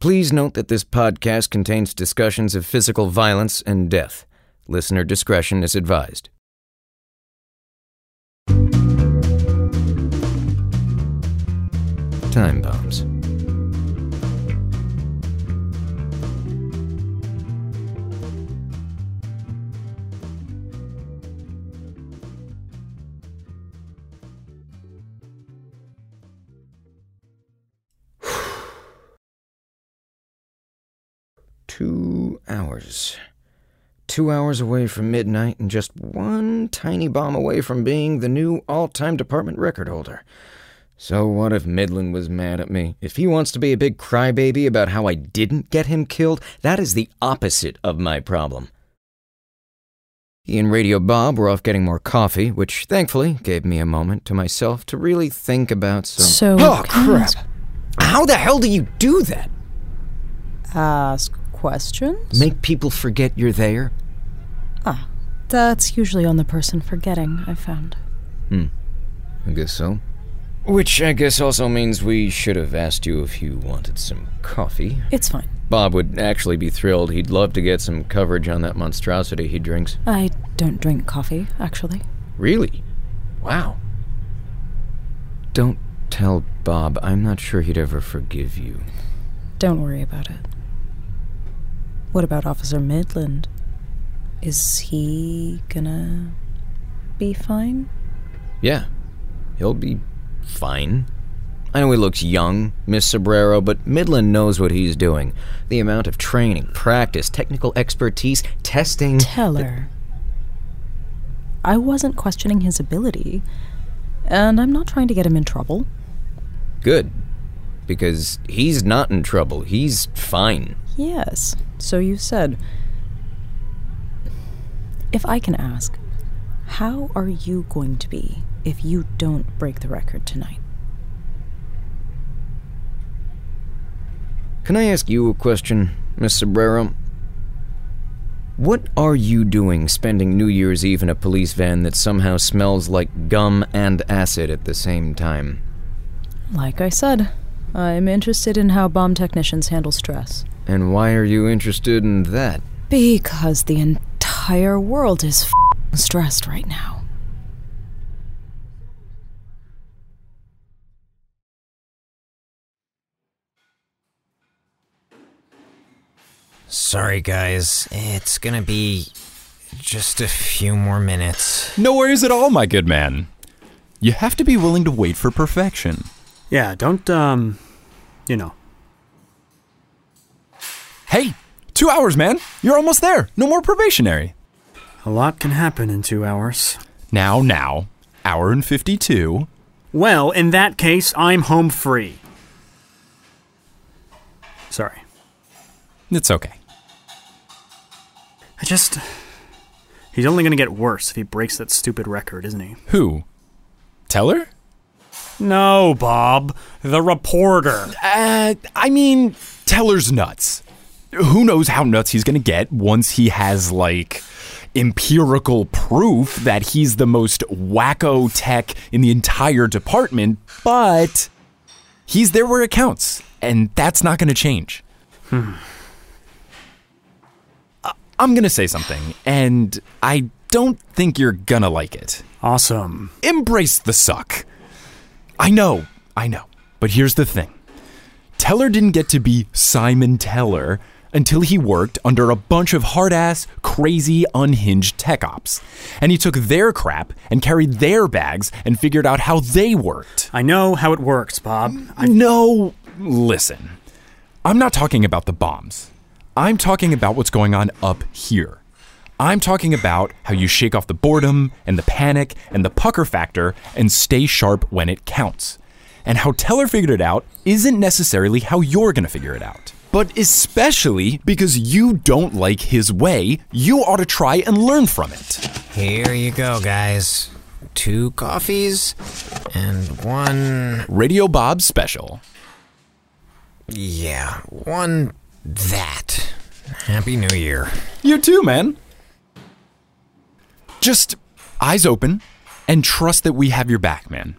Please note that this podcast contains discussions of physical violence and death. Listener discretion is advised. Time bombs. Two hours. Two hours away from midnight and just one tiny bomb away from being the new all time department record holder. So what if Midland was mad at me? If he wants to be a big crybaby about how I didn't get him killed, that is the opposite of my problem. He and Radio Bob were off getting more coffee, which thankfully gave me a moment to myself to really think about some. So- oh crap! How the hell do you do that? Ask questions? Make people forget you're there? ah, that's usually on the person forgetting, I found. I guess so. Which I guess also means we should have asked you if you wanted some coffee. It's fine. Bob would actually be thrilled. He'd love to get some coverage on that monstrosity he drinks. I don't drink coffee, actually. Really? Wow. Don't tell Bob. I'm not sure he'd ever forgive you. Don't worry about it. What about Officer Midland? Is he gonna be fine? Yeah, he'll be fine. I know he looks young, Miss Sobrero, but Midland knows what he's doing. The amount of training, practice, technical expertise, testing. Tell her. I wasn't questioning his ability, and I'm not trying to get him in trouble. Good. Because he's not in trouble. He's fine. Yes, so you said. If I can ask, how are you going to be if you don't break the record tonight? Can I ask you a question, Miss Sobrero? What are you doing spending New Year's Eve in a police van that somehow smells like gum and acid at the same time? Like I said, I'm interested in how bomb technicians handle stress. And why are you interested in that? Because the entire world is f stressed right now. Sorry, guys. It's gonna be just a few more minutes. No worries at all, my good man. You have to be willing to wait for perfection. Yeah, don't, um, you know. Hey, two hours, man. You're almost there. No more probationary. A lot can happen in two hours. Now, now. Hour and 52. Well, in that case, I'm home free. Sorry. It's okay. I just. He's only gonna get worse if he breaks that stupid record, isn't he? Who? Teller? No, Bob. The reporter. Uh, I mean, Teller's nuts. Who knows how nuts he's gonna get once he has, like, empirical proof that he's the most wacko tech in the entire department, but he's there where it counts, and that's not gonna change. Hmm. I'm gonna say something, and I don't think you're gonna like it Awesome. embrace the suck. I know, I know. But here's the thing Teller didn't get to be Simon Teller until he worked under a bunch of hard ass, crazy, unhinged tech ops. And he took their crap and carried their bags and figured out how they worked. I know how it works, Bob. I know. Listen, I'm not talking about the bombs. I'm talking about what's going on up here. I'm talking about how you shake off the boredom and the panic and the pucker factor and stay sharp when it counts. And how Teller figured it out isn't necessarily how you're going to figure it out. But especially because you don't like his way, you ought to try and learn from it. Here you go, guys. Two coffees and one. Radio Bob Special. Yeah, one that. Happy New Year. You too, man. Just eyes open and trust that we have your back, man.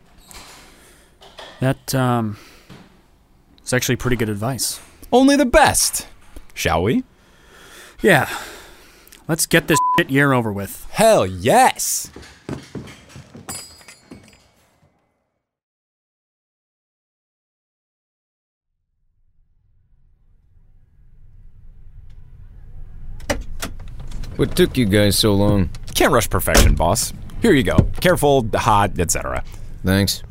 That, um. It's actually pretty good advice. Only the best. Shall we? Yeah. Let's get this shit year over with. Hell yes. What took you guys so long? Can't rush perfection, boss. Here you go. Careful, hot, etc. Thanks.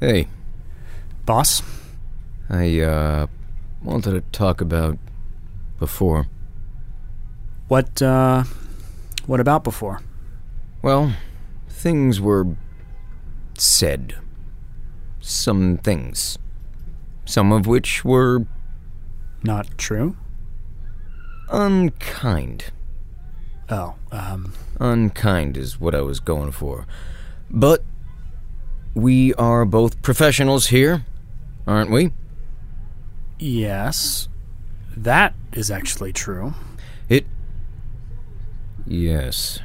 Hey, Boss? I, uh, wanted to talk about before. What, uh. What about before? Well, things were said. Some things. Some of which were Not true? unkind. Oh, um. Unkind is what I was going for. But we are both professionals here, aren't we? Yes. That is actually true. It. Yes.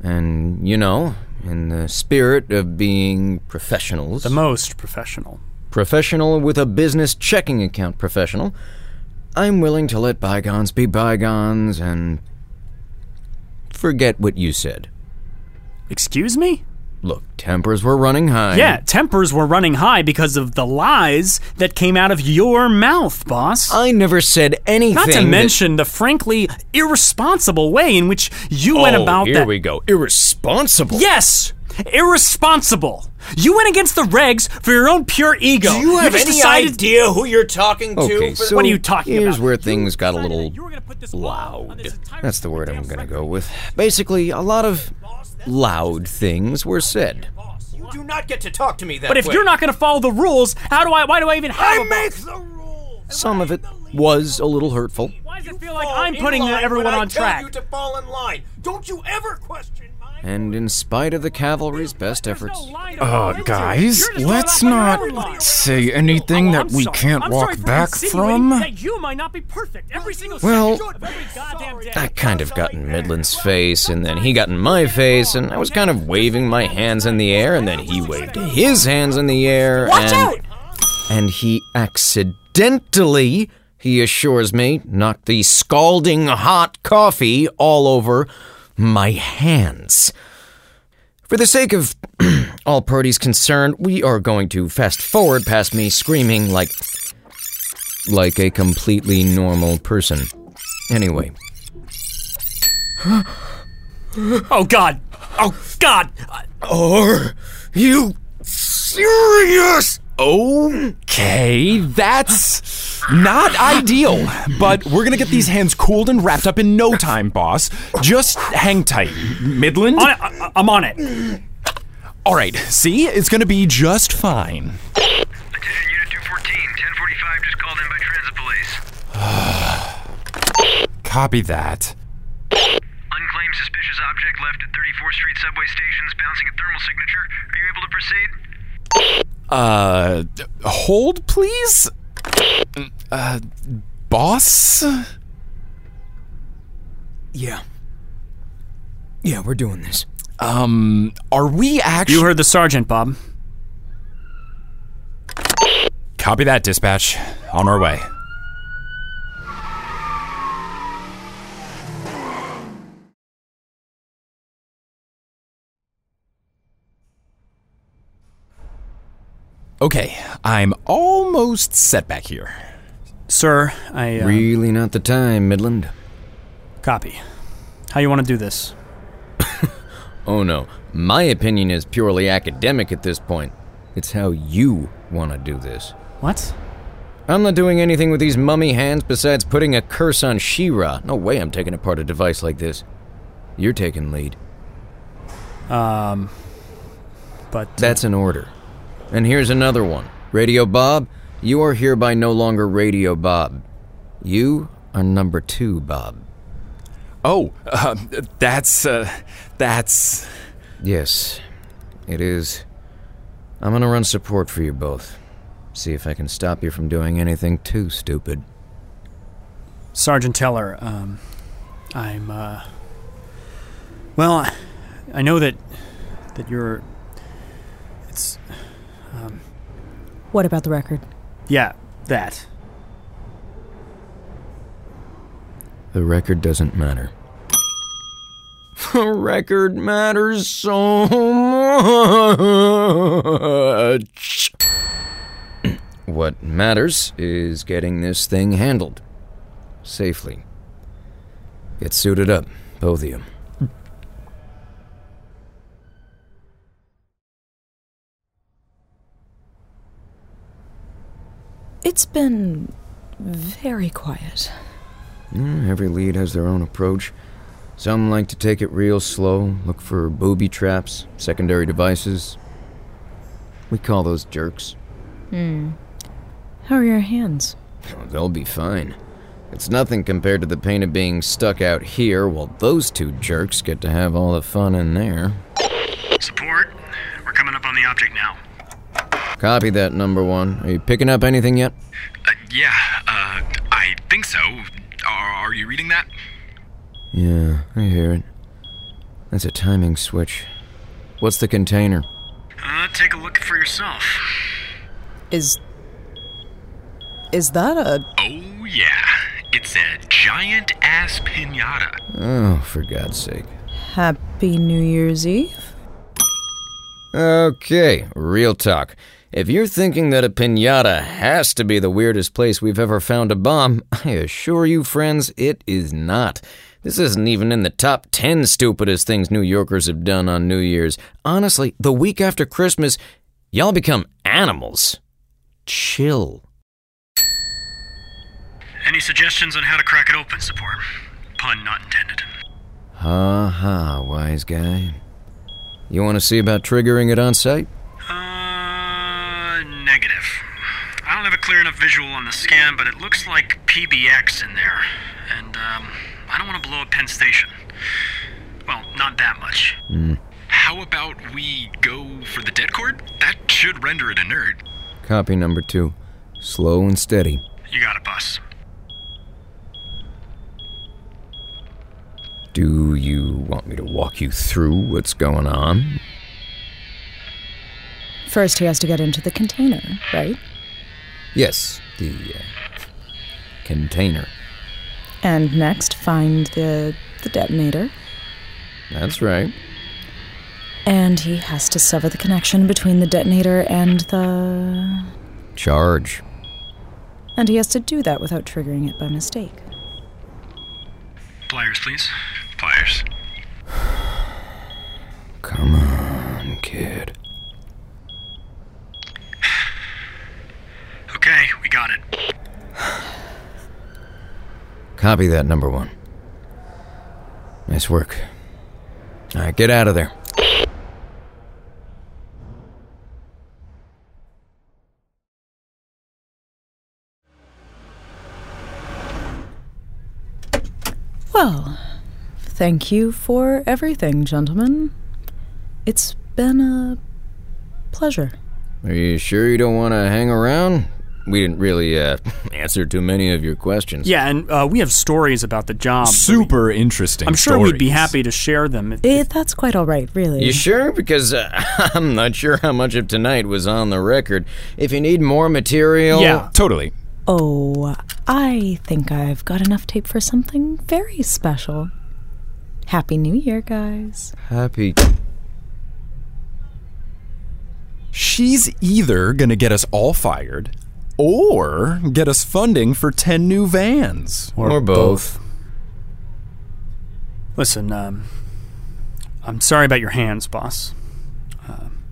And, you know, in the spirit of being professionals, The most professional. professional with a business checking account professional, I'm willing to let bygones be bygones and forget what you said. Excuse me? Look, tempers were running high. Yeah, tempers were running high because of the lies that came out of your mouth, boss. I never said anything. Not to that- mention the frankly irresponsible way in which you went Oh, about here that. we go. Irresponsible. Yes! Irresponsible! You went against the regs for your own pure ego. just decided idea who you're talking to? Okay, so What are you talking here's about? where things got a decided little that you were gonna put this law on loud. this entire That's the word I'm going to goddamn go with. Basically, a lot of loud things were said. You do not get to talk to me that But if you're not going to follow the rules, how do I? Why do I even have? a I boss? make the rules. Some of it was a little hurtful. Why does You it feel like fall I'm in putting line when everyone I on tell track? You to fall in line. Don't you ever question my. And in spite of the cavalry's best efforts, Uh, Oh, guys, let's not say Oh, anything that we can't walk back from. That you might not be perfect every single Well, second of every goddamn day. I kind of got in Midland's face, and then he got in my face, and I was kind of waving my hands in the air, and then he waved his hands in the air. and, Watch out! And he accidentally, he assures me, knocked the scalding hot coffee all over my hands. For the sake of all parties concerned, we are going to fast forward past me screaming like. like a completely normal person. Anyway, Oh God! Oh God! Are you serious? Okay, that's not ideal, but we're gonna get these hands cooled and wrapped up in no time, boss. Just hang tight, Midland. On it, I, I'm on it. All right, see, it's gonna be just fine. Attention Unit 214, 1045 just called in by transit police. Copy that. Unclaimed suspicious object left at 34th Street subway stations bouncing a thermal signature. Are you able to proceed? Uh, hold, please. Uh, boss. Yeah. Yeah, we're doing this. Um, are we actually? You heard the sergeant, Bob. Copy that, dispatch. On our way. Okay, I'm almost set back here. Sir, I uh, Really not the time, Midland. copy. How you want to do this? Oh no, my opinion is purely academic at this point. It's how you want to do this. What? I'm not doing anything with these mummy hands besides putting a curse on Shira. No way I'm taking apart a device like this. You're taking lead. But That's an order. And here's another one. Radio Bob, you are hereby no longer Radio Bob. You are number two, Bob. Oh, uh, that's uh, that's Um, Yes, it is. I'm gonna run support for you both. See if I can stop you from doing anything too stupid. Sergeant Teller, um, I'm, uh, well, I know that, that you're, it's, What about the record? Yeah, that. The record doesn't matter. The record matters so much. what matters is getting this thing handled safely. Get suited up, both of you. It's been very quiet. Mm, Every lead has their own approach. Some like to take it real slow, look for booby traps, secondary devices. We call those jerks. How are your hands? Oh, They'll be fine. It's nothing compared to the pain of being stuck out here while those two jerks get to have all the fun in there. Support, we're coming up on the object now. Copy that, number one. Are you picking up anything yet? Uh, yeah, uh, I think so. Are, are you reading that? Yeah, I hear it. That's a timing switch. What's the container? Uh, take a look for yourself. Is. Is that a. Oh, yeah. It's a giant ass pinata. Oh, for God's sake. Happy New Year's Eve? Okay, real talk. If you're thinking that a pinata has to be the weirdest place we've ever found a bomb, I assure you, friends, it is not. This isn't even in the top 10 stupidest things New Yorkers have done on New Year's. Honestly, the week after Christmas, y'all become animals. Chill. Any suggestions on how to crack it open, support? Pun not intended. Ha ha, wise guy. You want to see about triggering it on site? Uh, negative. I don't have a clear enough visual on the scan, but it looks like PBX in there. And, um, I don't want to blow up Penn Station. Well, not that much. How about we go for the dead cord? That should render it inert. Copy number two. Slow and steady. You got it, boss. Do you want me to walk you through what's going on? First, he has to get into the container, right? Yes, the uh, container. And next, find the, the detonator. That's right. And he has to sever the connection between the detonator and the. Charge. And he has to do that without triggering it by mistake. Pliers, please. Pliers. Come on, kid. Okay, we got it. Copy that, number one. Nice work. All right, get out of there. Well, thank you for everything, gentlemen. It's been a pleasure. Are you sure you don't want to hang around? We didn't really uh, answer too many of your questions. Yeah, and uh, we have stories about the job. Super interesting. I'm sure we'd be stories. happy to share them. if- It, Eh, that's quite all right, really. You sure? Because uh, I'm not sure how much of tonight was on the record. If you need more material, Yeah. Totally. Oh, I think I've got enough tape for something very special. Happy New Year, guys. happy. She's either going to get us all fired or get us funding for 10 new vans. Or, both. Listen, um, I'm sorry about your hands, boss. Um,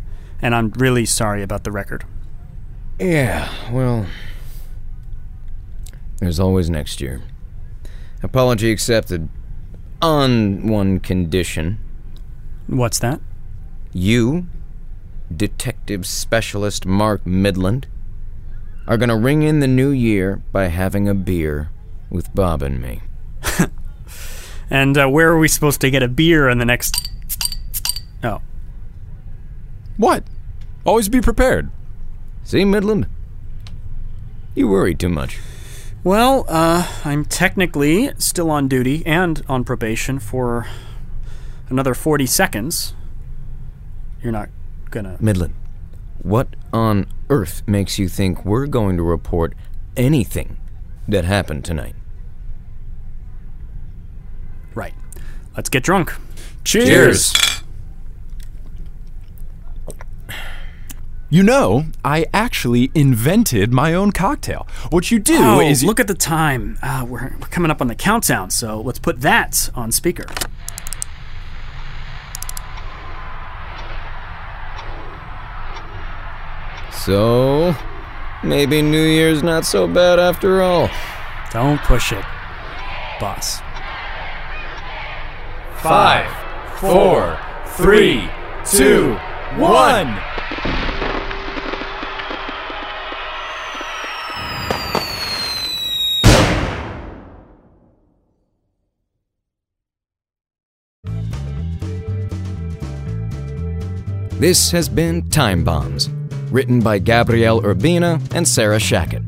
and I'm really sorry about the record. Yeah, well, there's always next year. Apology accepted. On one condition. What's that? You, Detective Specialist Mark Midland, are going to ring in the new year by having a beer with Bob and me. And uh, where are we supposed to get a beer in the next? Oh, What? Always be prepared. See, Midland? You worry too much. well, uh, I'm technically still on duty and on probation for another 40 seconds. You're not gonna. Midland, What on earth makes you think we're going to report anything that happened tonight? Right. Let's get drunk. Cheers. You know, I actually invented my own cocktail. What you do Oh, is you- look at the time. Uh, we're, we're coming up on the countdown, so let's put that on speaker. So, maybe New Year's not so bad after all. Don't push it, boss. Five, four, three, two, one. This has been Time Bombs, written by Gabrielle Urbina and Sarah Shackett,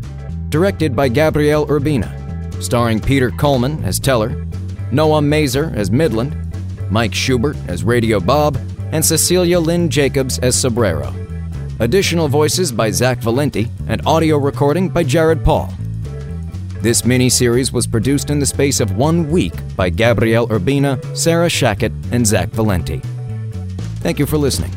directed by Gabrielle Urbina, starring Peter Coleman as Teller, Noah Mazer as Midland, Mike Schubert as Radio Bob, and Cecilia Lynn Jacobs as Sobrero. Additional voices by Zach Valenti and audio recording by Jared Paul. This miniseries was produced in the space of one week by Gabrielle Urbina, Sarah Shackett, and Zach Valenti. Thank you for listening.